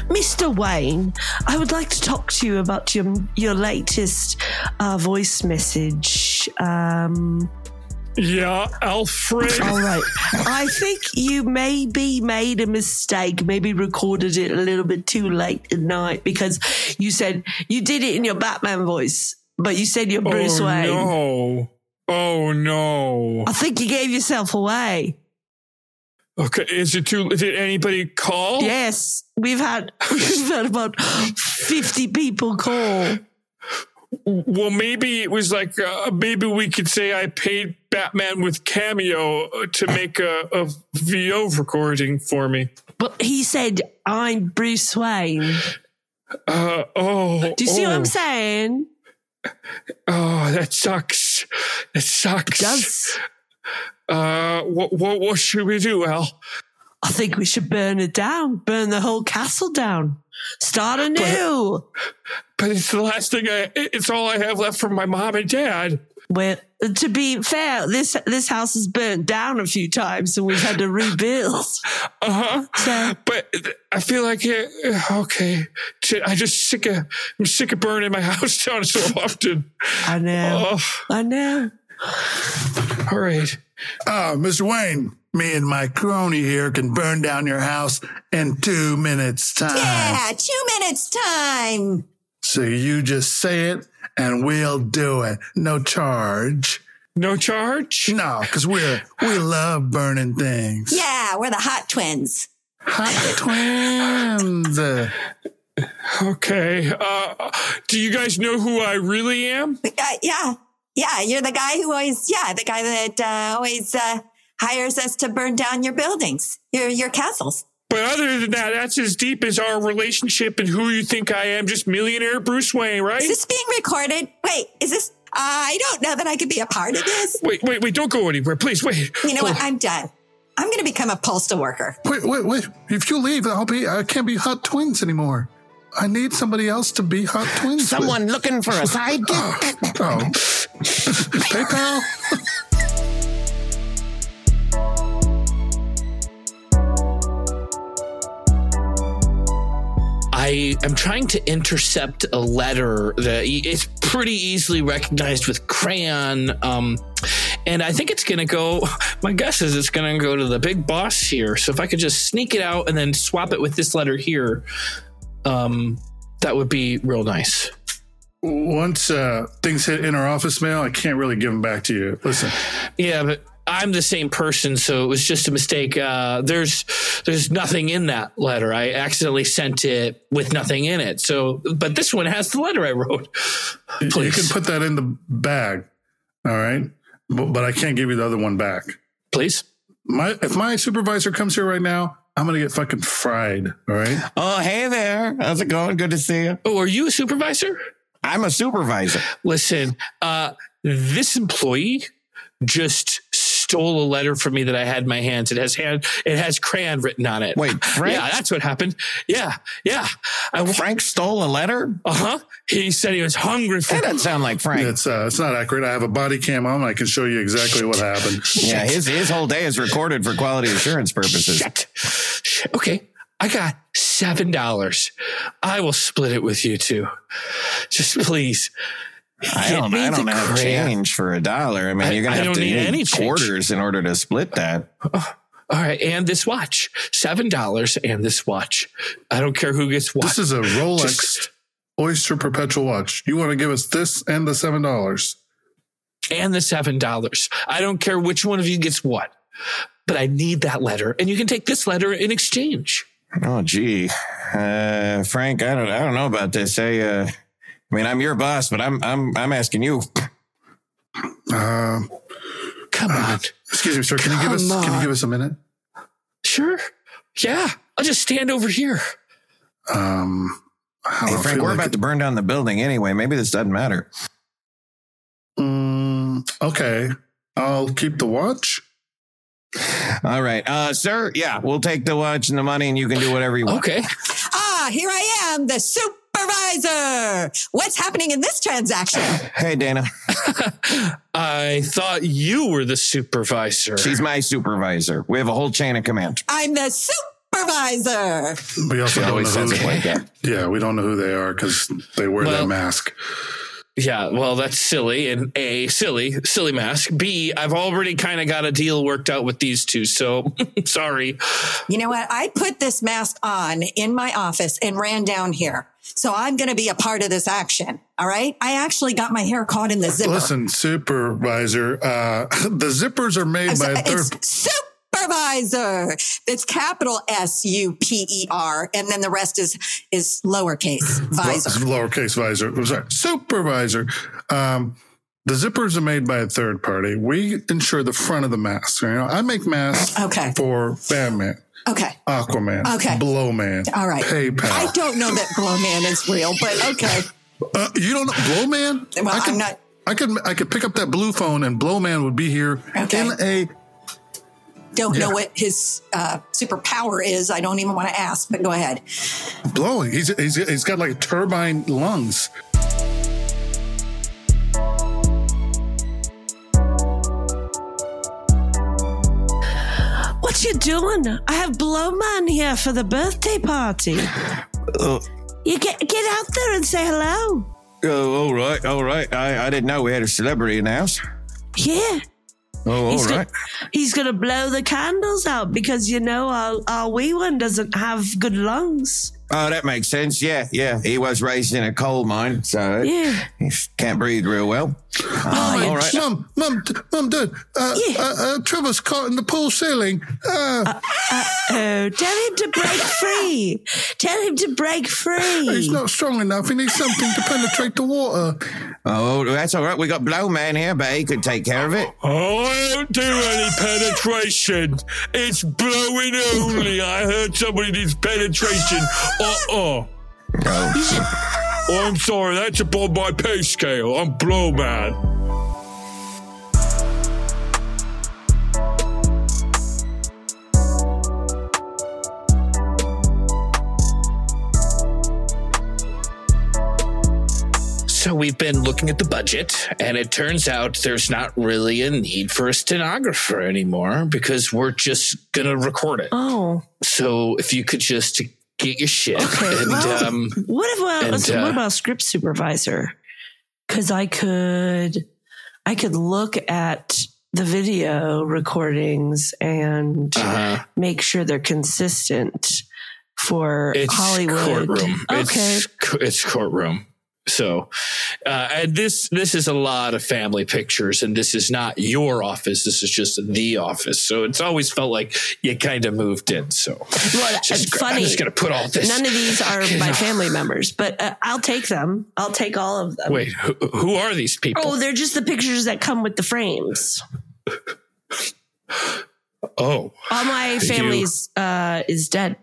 Mr. Wayne, I would like to talk to you about your your latest uh, voice message. Um, Yeah, Alfred. all right, I think you maybe made a mistake. Maybe recorded it a little bit too late at night because you said you did it in your Batman voice, but you said you're Bruce oh, Wayne. No. Oh no. I think you gave yourself away. Okay, is it too did anybody call? Yes, we've had we've had about fifty people call. Well, maybe it was like uh, maybe we could say I paid Batman with Cameo to make a, a VO recording for me. But he said, "I'm Bruce Wayne." Uh, oh, Do you see what oh. I'm saying? Oh, that sucks. That sucks. Does Uh, what what what should we do, Al? I think we should burn it down? Burn the whole castle down. Start anew. But it's the last thing I. It's all I have left from my mom and dad. Well, to be fair, this this house has burnt down a few times, and we've had to rebuild. Uh huh. So But I feel like it, uh, okay. Shit, I just sick of I'm sick of burning my house down so often. I know, Oh, I know. all right. Uh, Mr. Wayne, me and my crony here can burn down your house in two minutes time. Yeah, two minutes time. So you just say it, and we'll do it. No charge. No charge. No, because we're we love burning things. Yeah, we're the hot twins. Hot twins. Uh, Okay. Uh, do you guys know who I really am? Uh, yeah, Yeah, you're the guy who always, yeah, the guy that uh, always uh, hires us to burn down your buildings, your your castles. But other than that, that's as deep as our relationship and who you think I am, just millionaire Bruce Wayne, right? Is this being recorded? Wait, is this? Uh, I don't know that I could be a part of this. wait, wait, wait, don't go anywhere. Please, wait. You know what? I'm done. I'm going to become a postal worker. Wait, wait, wait. If you leave, I'll be I can't be hot twins anymore. I need somebody else to be hot twins. with. Someone looking for a sidekick? Oh. PayPal? I am trying to intercept a letter that e- it's pretty easily recognized with crayon. Um, and I think it's going to go, my guess is it's going to go to the big boss here. So if I could just sneak it out and then swap it with this letter here, um, that would be real nice. Once uh, things hit in our office mail, I can't really give them back to you. Listen, Yeah, but I'm the same person, so it was just a mistake. Uh, there's there's nothing in that letter. I accidentally sent it with nothing in it. So, but this one has the letter I wrote. you Please. can put that in the bag. All right. But, but I can't give you the other one back. Please. My If my supervisor comes here right now, I'm going to get fucking fried. All right. Oh, hey there. How's it going? Good to see you. Oh, are you a supervisor? I'm a supervisor. Listen, uh, this employee just stole a letter from me that I had in my hands. It has hand, it has crayon written on it. Wait, Frank? Yeah, that's what happened. Yeah, yeah. I, Uh-huh. uh Frank stole a letter? huh. He said he was hungry for. That doesn't sound like Frank. It's, uh, it's not accurate. I have a body cam on. I can show you exactly what happened. Yeah, his, his whole day is recorded for quality assurance purposes. Shit. Shit. Okay. I got seven dollars. I will split it with you two. Just please. I Get don't, me I the don't have crayon. change for a dollar. I mean, I- you're going I to have don't to need need any any change. quarters in order to split that. All right, and this watch. Seven dollars and this watch. I don't care who gets what. This is a Rolex Just- Oyster Perpetual Watch. You want to give us this and the $7. and the seven dollars. I don't care which one of you gets what, but I need that letter, and you can take this letter in exchange. Oh, gee, uh, Frank, I don't, I don't know about this. I, uh, I mean, I'm your boss, but I'm, I'm, I'm asking you. Um, Come on, Ah, excuse me, sir. Can you give us, Come can on. you give us a minute? sure, yeah. I'll just stand over here. Um, I Hey, don't Frank, feel we're like about it. to burn down the building anyway. Maybe this doesn't matter. Mm, okay, I'll keep the watch. All right, uh, sir. Yeah, we'll take the watch and the money, and you can do whatever you want. Okay, Ah, here I am, the supervisor. What's happening in this transaction? Hey, Dana, I thought you were the supervisor. she's my supervisor. We have a whole chain of command. I'm the supervisor. We also She don't always know says it who, like that. yeah, we don't know who they are because they wear Well- that mask. Yeah, well, that's silly. And A, silly, silly mask. B, I've already kind of got a deal worked out with these two. So sorry. You know what? I put this mask on in my office and ran down here. So I'm going to be a part of this action. All right. I actually got my hair caught in the zipper. Listen, supervisor, uh, the zippers are made So by a third. it's supervisor. It's capital S U P E R, and then the rest is is lowercase visor. Well, Lowercase visor. I'm sorry, supervisor. Um, the zippers are made by a third party. We insure the front of the mask. You know, I make masks Okay. for Batman, Okay. Aquaman, Okay. Blowman, All right. PayPal. I don't know that Glow Man is real, but okay. Uh, you don't know, blow man. Well, I could, I'm not- I could I could pick up that blue phone and blow man would be here Okay. in a Don't know Yeah. what his uh, superpower is. I don't even want to ask, but go ahead. blowing. He's he's he's got like turbine lungs. What you doing? I have Blowman here for the birthday party. Oh, You get get out there and say hello. oh, all right, all right. I, I didn't know we had a celebrity in the house. Yeah. Oh, all He's right. gonna, he's gonna blow the candles out because you know our our wee one doesn't have good lungs. Oh, that makes sense. Yeah, yeah. He was raised in a coal mine, so Yeah. Oh, he can't breathe real well. Ah, Ah, All right, all right. Mum, mum, d- mum, dad, uh, Yeah. uh, uh, Trevor's caught in the pool ceiling. Uh, Oh, tell him to break free. Tell him to break he's free. not strong enough. He needs something to penetrate the water. Oh, that's all right. We got Blow Man here, but he could take care of it. I don't do any penetration. It's blowing only. I heard somebody needs penetration. Uh-uh. Oh, I'm sorry. That's above my pay scale. I'm blow man. So we've been looking at the budget, and it turns out there's not really a need for a stenographer anymore because we're just gonna record it. Oh, So if you could just get your shit Okay, and well- um, what about And, so uh, what about script supervisor? Because I could, I could look at the video recordings and uh, make sure they're consistent for it's Hollywood. courtroom. Okay. It's co- it's courtroom. So, uh, and this this is a lot of family pictures, and this is not your office. This is just the office. So it's always felt like you kind of moved in. So well, just, it's funny. I'm just gonna put all this. None of these are my family members, but uh, I'll take them. I'll take all of them. Wait, who, who are these people? Um, Oh, they're just the pictures that come with the frames. oh, All my you- family's uh, is dead.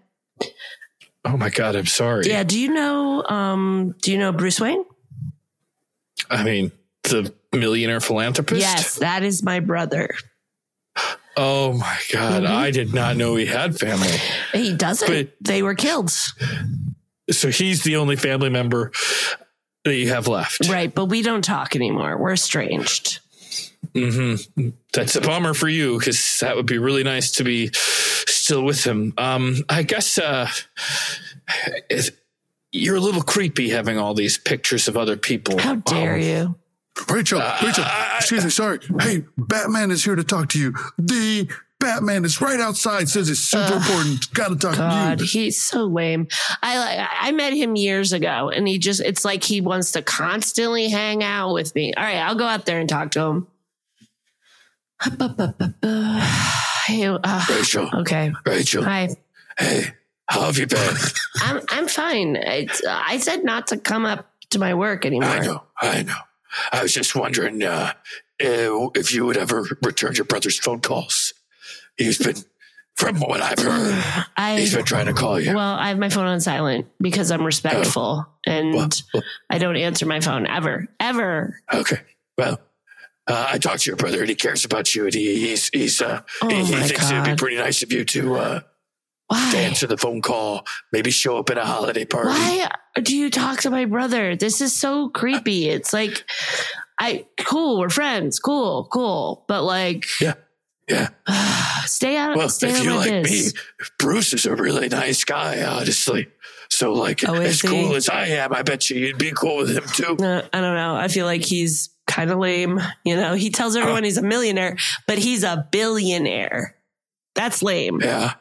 oh my God! I'm sorry. Yeah. Do you know? Um, do you know Bruce Wayne? I mean, the millionaire philanthropist. Yes, that is my brother. Oh my God! Mm-hmm. I did not know he had family. He doesn't. But- they were killed, So he's the only family member that you have left. right? But we don't talk anymore. We're estranged. Mm-hmm. That's a bummer for you because that would be really nice to be still with him. Um, I guess uh, it, you're a little creepy having all these pictures of other people. Um, uh, How dare you? Rachel, Rachel, excuse me, sorry. Hey, Batman is here to talk to you. The Batman is right outside. Says it's super important. Got to talk Uh, God, to you. he's so lame. I like I met him years ago, and he just it's like he wants to constantly hang out with me. All right, I'll go out there and talk to him. Hey, uh, Rachel, okay, Rachel, hi. hey, how have you been? I'm I'm fine. It's, I said not to come up to my work I anymore. know, I know. I was just wondering uh, if you would ever return your brother's phone calls. He's been, from what I've heard, I he's been trying to call you. Oh. Well, I have my phone on silent because I'm respectful and Well, I don't answer my phone ever, ever. Okay. Well, uh, I talked to your brother, and he cares about you, and he, he's he's uh, Oh he, he my thinks it'd god! be pretty nice of you to uh, to Why? answer the phone call, maybe show up at a holiday party. Why do you talk to my brother? This is so creepy. It's like, I cool, we're friends, cool, cool, but like, Yeah. Yeah. stay out, Well, stay if out you of like my me, biz. Bruce is a really nice guy, honestly. So, like, Oh, as is he? cool as I am, I bet you you'd be cool with him too. Uh, I don't know. I feel like he's kind of lame. You know, he Uh. tells everyone he's a millionaire, but he's a billionaire. That's lame. Yeah.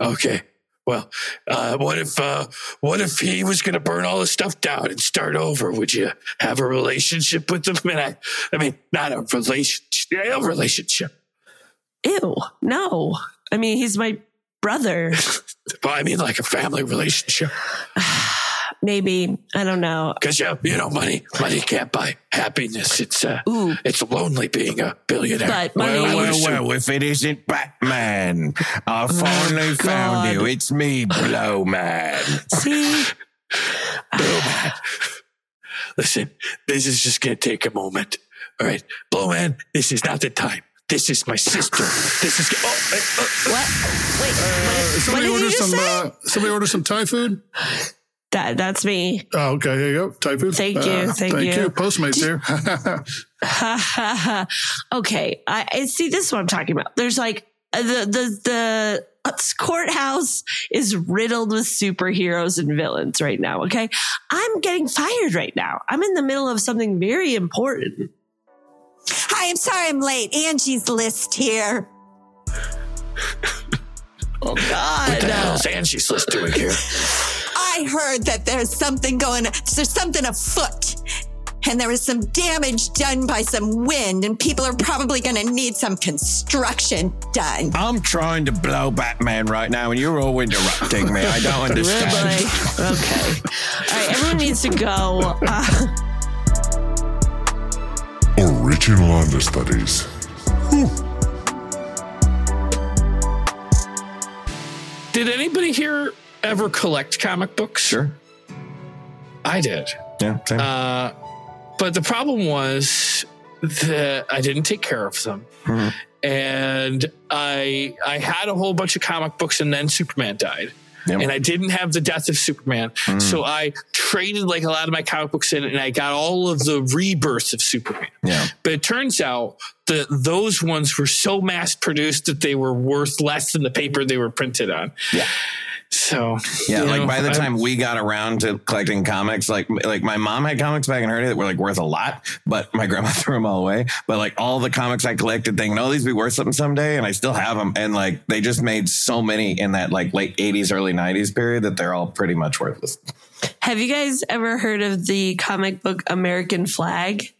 Okay. Well, uh, what if uh, what if he was going to burn all his stuff down and start over? Would you have a relationship with him? And I, I mean, not a relationship, a relationship. Ew, no. I mean, he's my brother. Well, I mean, like a family relationship. Maybe. I don't know. Because yeah, you know, money, money can't buy happiness. It's uh, Ooh, it's lonely being a billionaire. but money. Oh, Well, I would well, assume- well, if it isn't Batman, I finally found God. you. It's me, Blow Man. See, Listen, this is just going to take a moment. All right, Blowman, this is not the time. This is my sister. This is. Oh, eh, oh. what? Wait, what, what Somebody did order you just some. say? Uh, somebody order some Thai food. that, that's me. Oh, okay. Here you go. Thai food. Uh, Thank you, thank you. Postmates here. okay. I, I see. This is what I'm talking about. There's like uh, the, the, the courthouse is riddled with superheroes and villains right now. Okay. I'm getting fired right now. I'm in the middle of something very important. Hi, I'm sorry I'm late. Angie's list here. Oh, God. What the hell's Angie's list doing here? I heard that there's something going. There's something afoot. and there was some damage done by some wind, and people are probably going to need some construction done. I'm trying to blow Batman right now, and you're all interrupting me. I don't understand. Really? okay. All right. Everyone needs to go. Uh, Original understudies. Whew. Did anybody here ever collect comic books? Sure. I did. Yeah. Same. Uh, but the problem was that I didn't take care of them. Mhm. And I I had a whole bunch of comic books and then Superman died. Yep. And I didn't have the death of Superman. So I traded like a lot of my comic books in and I got all of the rebirths of Superman. yeah. But it turns out that those ones were so mass produced that they were worth less than the paper they were printed on. Yeah. So Yeah, you like know, by the I- time we got around to collecting comics, like like my mom had comics back in her day that were like worth a lot, but my grandma threw them all away. But like all the comics I collected, thinking, oh, these will be worth something someday, and I still have them. And like they just made so many in that like late '80s, early '90s period that they're all pretty much worthless. have you guys ever heard of the comic book American Flag?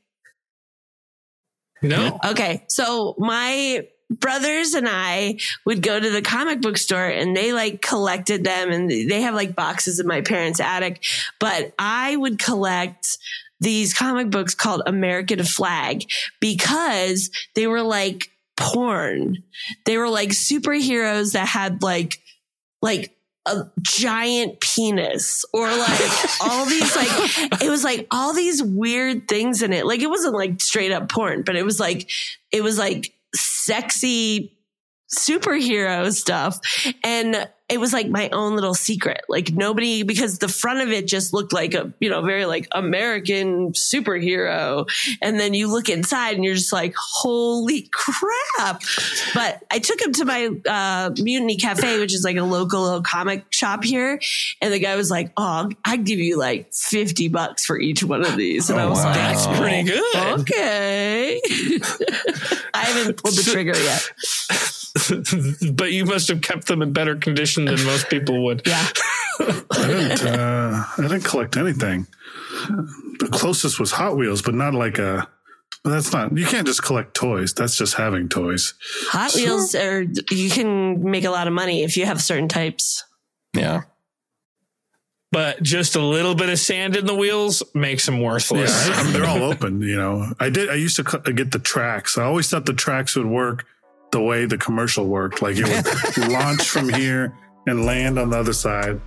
no. Okay. So my brothers and I would go to the comic book store and they like collected them and they have like boxes in my parents' attic. But I would collect these comic books called American Flag because they were like porn. They were like superheroes that had like, like, a giant penis or like all these like it was like all these weird things in it like it wasn't like straight up porn but it was like it was like sexy superhero stuff and it was like my own little secret like nobody because the front of it just looked like a you know very like american superhero and then you look inside and you're just like holy crap but i took him to my uh, mutiny cafe which is like a local little comic shop here and the guy was like oh i'd give you like 50 bucks for each one of these and i Oh, was wow. like That's pretty good. okay. I haven't pulled the trigger yet. but you must have kept them in better condition than most people would. Yeah. I didn't. Uh, I didn't collect anything. The closest was Hot Wheels, but not like a. but That's not. You can't just collect toys. That's just having toys. Hot Wheels are, you can make a lot of money if you have certain types. Yeah, But just a little bit of sand in the wheels makes them Yeah, worthless. I, I mean, they're all open. You know, I did. I used to co- get the tracks. I always thought the tracks would work the way the commercial worked. Like it would launch from here and land on the other side.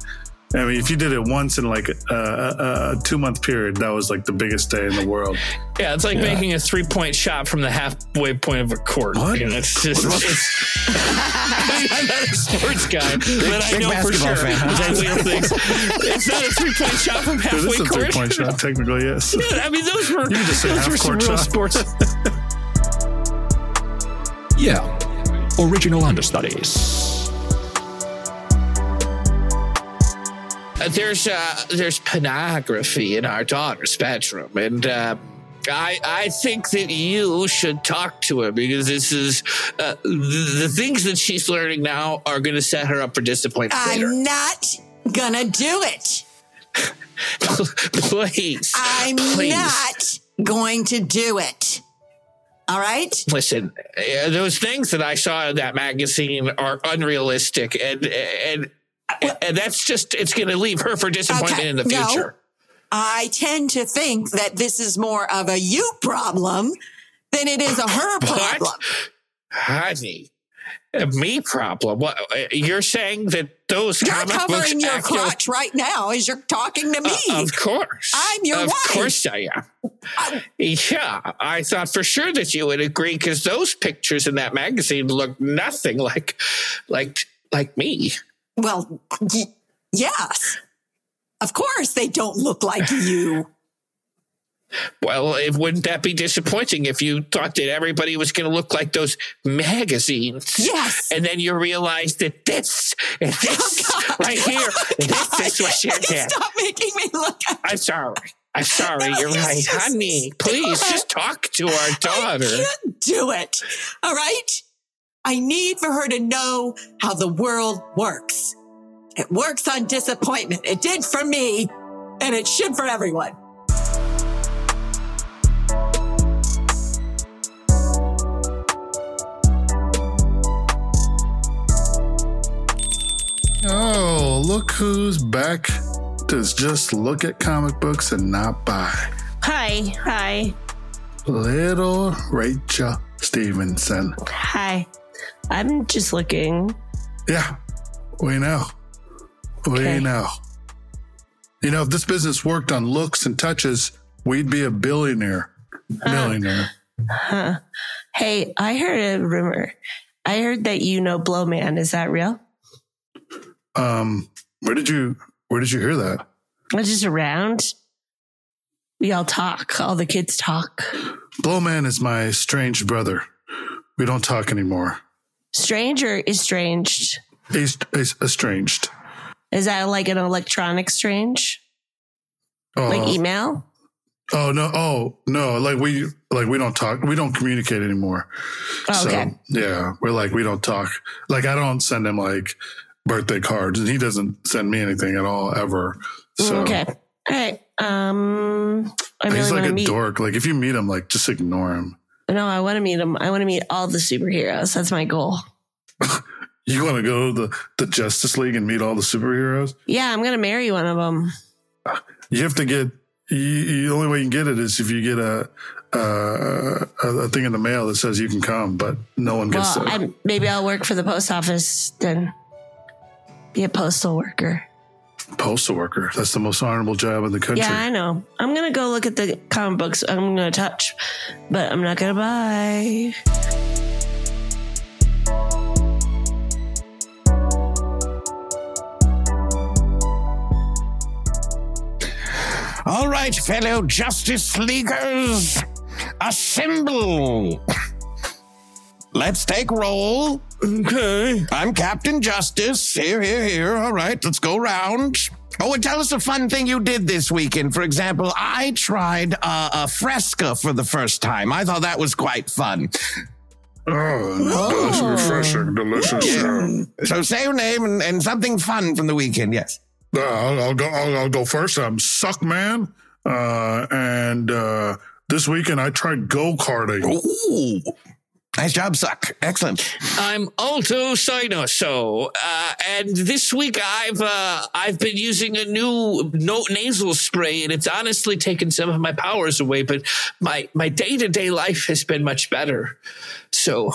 I mean, if you did it once in like a, a, a two month period, that was like the biggest day in the world. Yeah, it's like making a three point shot from the halfway point of a court. What? You know, it's just. It's, I'm not a sports guy, but I big know for sure. basketball fan. Hot Wheels things. It's not a three point shot from Dude, halfway this is a three court. point shot, technically. Yes. I mean, those were You just said those were some half-court real shot. sports. Yeah. Original understudies. Uh, there's uh, there's pornography in our daughter's bedroom, and uh, I I think that you should talk to her because this is uh, the, the things that she's learning now are going to set her up for disappointment later. I'm not gonna do it. Please, I'm please. not going to do it. All right? Listen, uh, those things that I saw in that magazine are unrealistic, and and and that's just it's going to leave her for disappointment Okay, in the no. future. I tend to think that this is more of a you problem than it is a her What? problem. Honey, a me problem. What uh, you're saying that those You're comic books covering your actually- crotch right now as you're talking to me. Uh, of course, I'm your of wife. course I am. I- yeah, I thought for sure that you would agree because those pictures in that magazine look nothing like, like, like me. well, y- yes. Of course they don't look like you. Well, it, wouldn't that be disappointing if you thought that everybody was going to look like those magazines? Yes. And then you realize that this, and this God. right here, and Oh, God, this is what she had. Stop making me look at I'm sorry. I'm sorry. No, You're you right, just honey. do Please it. just talk to our I daughter. can't do it. All right? I need for her to know how the world works. It works on disappointment. It did for me, and it should for everyone. Oh, look who's back to just look at comic books and not buy. Hi, hi, Little Rachel Stevenson. hi. I'm just looking. Yeah, we know. Okay. We know. You know, if this business worked on looks and touches, we'd be a billionaire. Uh-huh. Millionaire. Huh. Hey, I heard a rumor. I heard that you know Blow Man. Is that real? Um, where did you where did you hear that? I'm just around. We all talk. All the kids talk. Blowman is my estranged brother. We don't talk anymore. Stranger is strange. He's, he's estranged. Is that like an electronic strange? Oh, Like email? oh no! Oh no! Like we like we don't talk. We don't communicate anymore. Oh, okay. So yeah, we're like we don't talk. Like I don't send him like birthday cards, and he doesn't send me anything at all ever. So Mm, Okay. All right. Um, I really he's want like to a meet. dork. Like if you meet him, like just ignore him. No, I want to meet him. I want to meet all the superheroes. That's my goal. You want to go to the, the Justice League and meet all the superheroes? Yeah, I'm gonna marry one of them. You have to get. You, you, the only way you can get it is if you get a, a a thing in the mail that says you can come, but no one gets Well, it. i maybe I'll work for the post office then. Be a postal worker. postal worker. That's the most honorable job in the country. Yeah, I know. I'm gonna go look at the comic books. I'm gonna touch, but I'm not gonna buy. All right, fellow Justice Leaguers, assemble. Let's take roll. Okay. I'm Captain Justice. Here, here, here. All right, let's go round. Oh, and tell us a fun thing you did this weekend. For example, I tried uh, a fresca for the first time. I thought that was quite fun. Oh, that's refreshing, delicious. Yeah. So say your name and, and something fun from the weekend. Yes. Uh, I'll, I'll go. I'll, I'll go first. I'm Suck Man, uh, and uh, this weekend I tried go karting. Ooh. Nice job, Suck. Excellent. I'm Alto Sinoso, uh, and this week I've uh, I've been using a new no- nasal spray, and it's honestly taken some of my powers away. But my my day to day life has been much better, so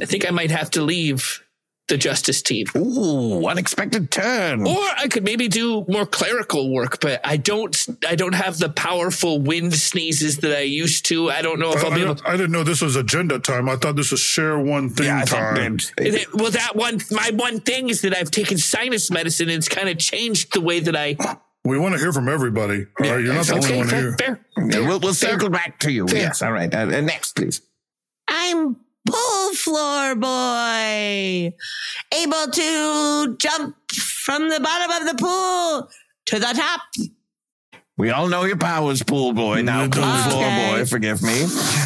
I think I might have to leave the justice team, Ooh, unexpected turn. or I could maybe do more clerical work. But I don't I don't have the powerful wind sneezes that I used to. I don't know if I, I'll Uh, I Oh, be able. don't- I didn't know this was agenda time. I thought this was share one thing Yeah, I thought time. that- And it- well, that one, my one thing is that I've taken sinus medicine and it's kind of changed the way that I. uh, We want to hear from everybody. All right, you're not the only Okay, one fair, here. fair. Yeah, we'll, we'll circle back to you. Yes, all right. Uh, uh, next, please. I'm pool floor boy, able to jump from the bottom of the pool to the top. We all know your powers, pool boy. Now, pool Okay. floor boy, forgive me.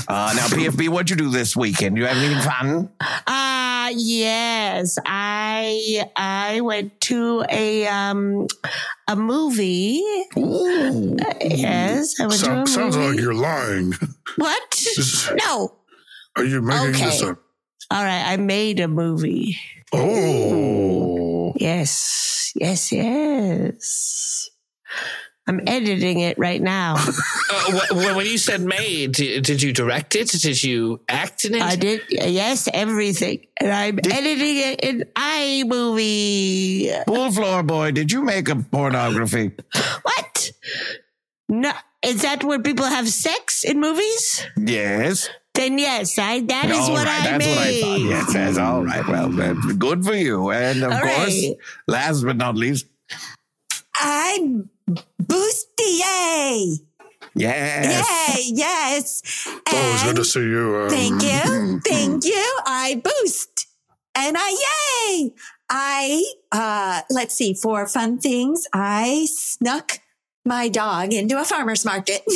Uh, now, PFB, what'd you do this weekend? You have anything fun? Ah, yes. I I went to a um a movie. Ooh. Yes, I went Sound, to a sounds movie. like you're lying. what? Is- No. Are you making this Okay. up? All right, I made a movie. Oh, Yes, yes, yes. I'm editing it right now. Uh, wh- wh- when you said made, did, did you direct it? Did you act in it? I did yes, everything, and I'm editing it in iMovie. Pool floor boy, did you make a pornography? What? No, is that where people have sex in movies? Yes. Then yes, I that is All what right, I that's what I thought. made. Yes, yes, all right. Well, uh, good for you. And of All course, right. last but not least, I'm Bustier. yes. Yay, yes. always Oh, good to And see you. Um, thank you. Thank you. I boost. And I yay. I uh let's see, for fun things, I snuck my dog into a farmer's market.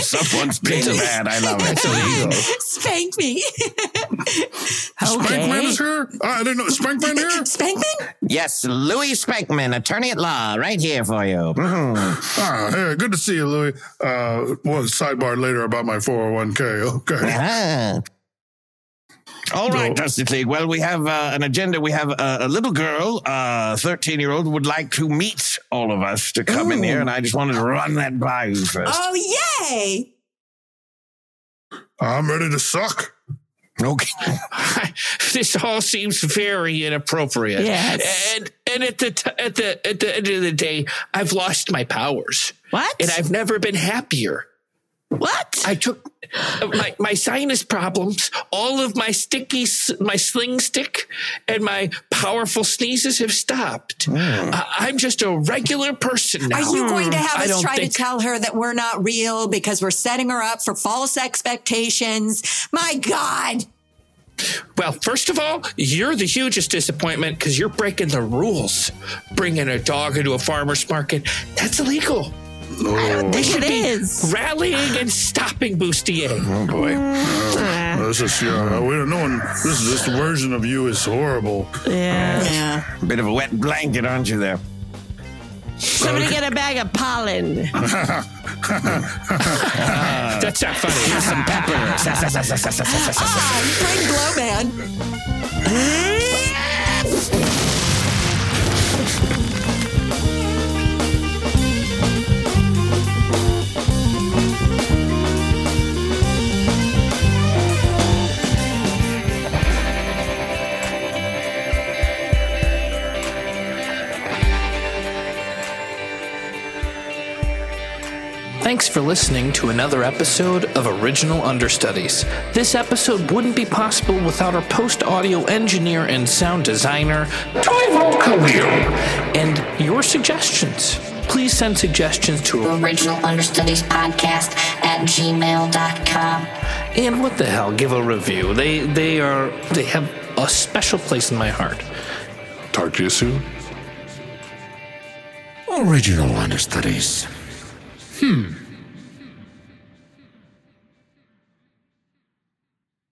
someone's been bad. I love it. Spank me. Spankman is here. Ah, I didn't know Spankman here. Spankman? Yes, Louis Spankman, attorney at law, right here for you. Mm-hmm. Ah, hey, good to see you, Louis. oh Uh, well, sidebar later about my 401k. Okay. Ah. All right, Dusty League. Well, we have uh, an agenda. We have uh, a little girl, uh, 13 year old, would like to meet all of us to come in here, and I just wanted to run that by you first. Oh, yay. I'm ready to suck. Okay. this all seems very inappropriate. Yes. And and at the t- at the at the end of the day, I've lost my powers, What? and I've never been happier. what? I took my, my sinus problems, all of my sticky, s- my sling stick, and my powerful sneezes have stopped. I, I'm just a regular person now. Hmm. Hmm. Are you going to have I us don't try think- to tell her that we're not real because we're setting her up for false expectations? My God. Well, first of all, you're the hugest disappointment because you're breaking the rules. Bringing a dog into a farmer's market, that's illegal. I think it Be is. Rallying and stopping Bustier. Oh, boy. This is yeah. We don't know. and This this version of you is horrible. Yeah. Yeah. Bit of a wet blanket, aren't you there? Somebody get a bag of pollen. That's not funny. Some pepper. Sa- sa- sa- sa- sa- sa- sa- sa- sa- Ah, you bring Glow Man. Thanks for listening to another episode of Original Understudies. This episode wouldn't be possible without our post audio engineer and sound designer, Toivo Khalil, and your suggestions. Please send suggestions to original understudies podcast at gmail.com and what the hell, give a review. They they are they have a special place in my heart. Talk to you soon. Original understudies. Hmm.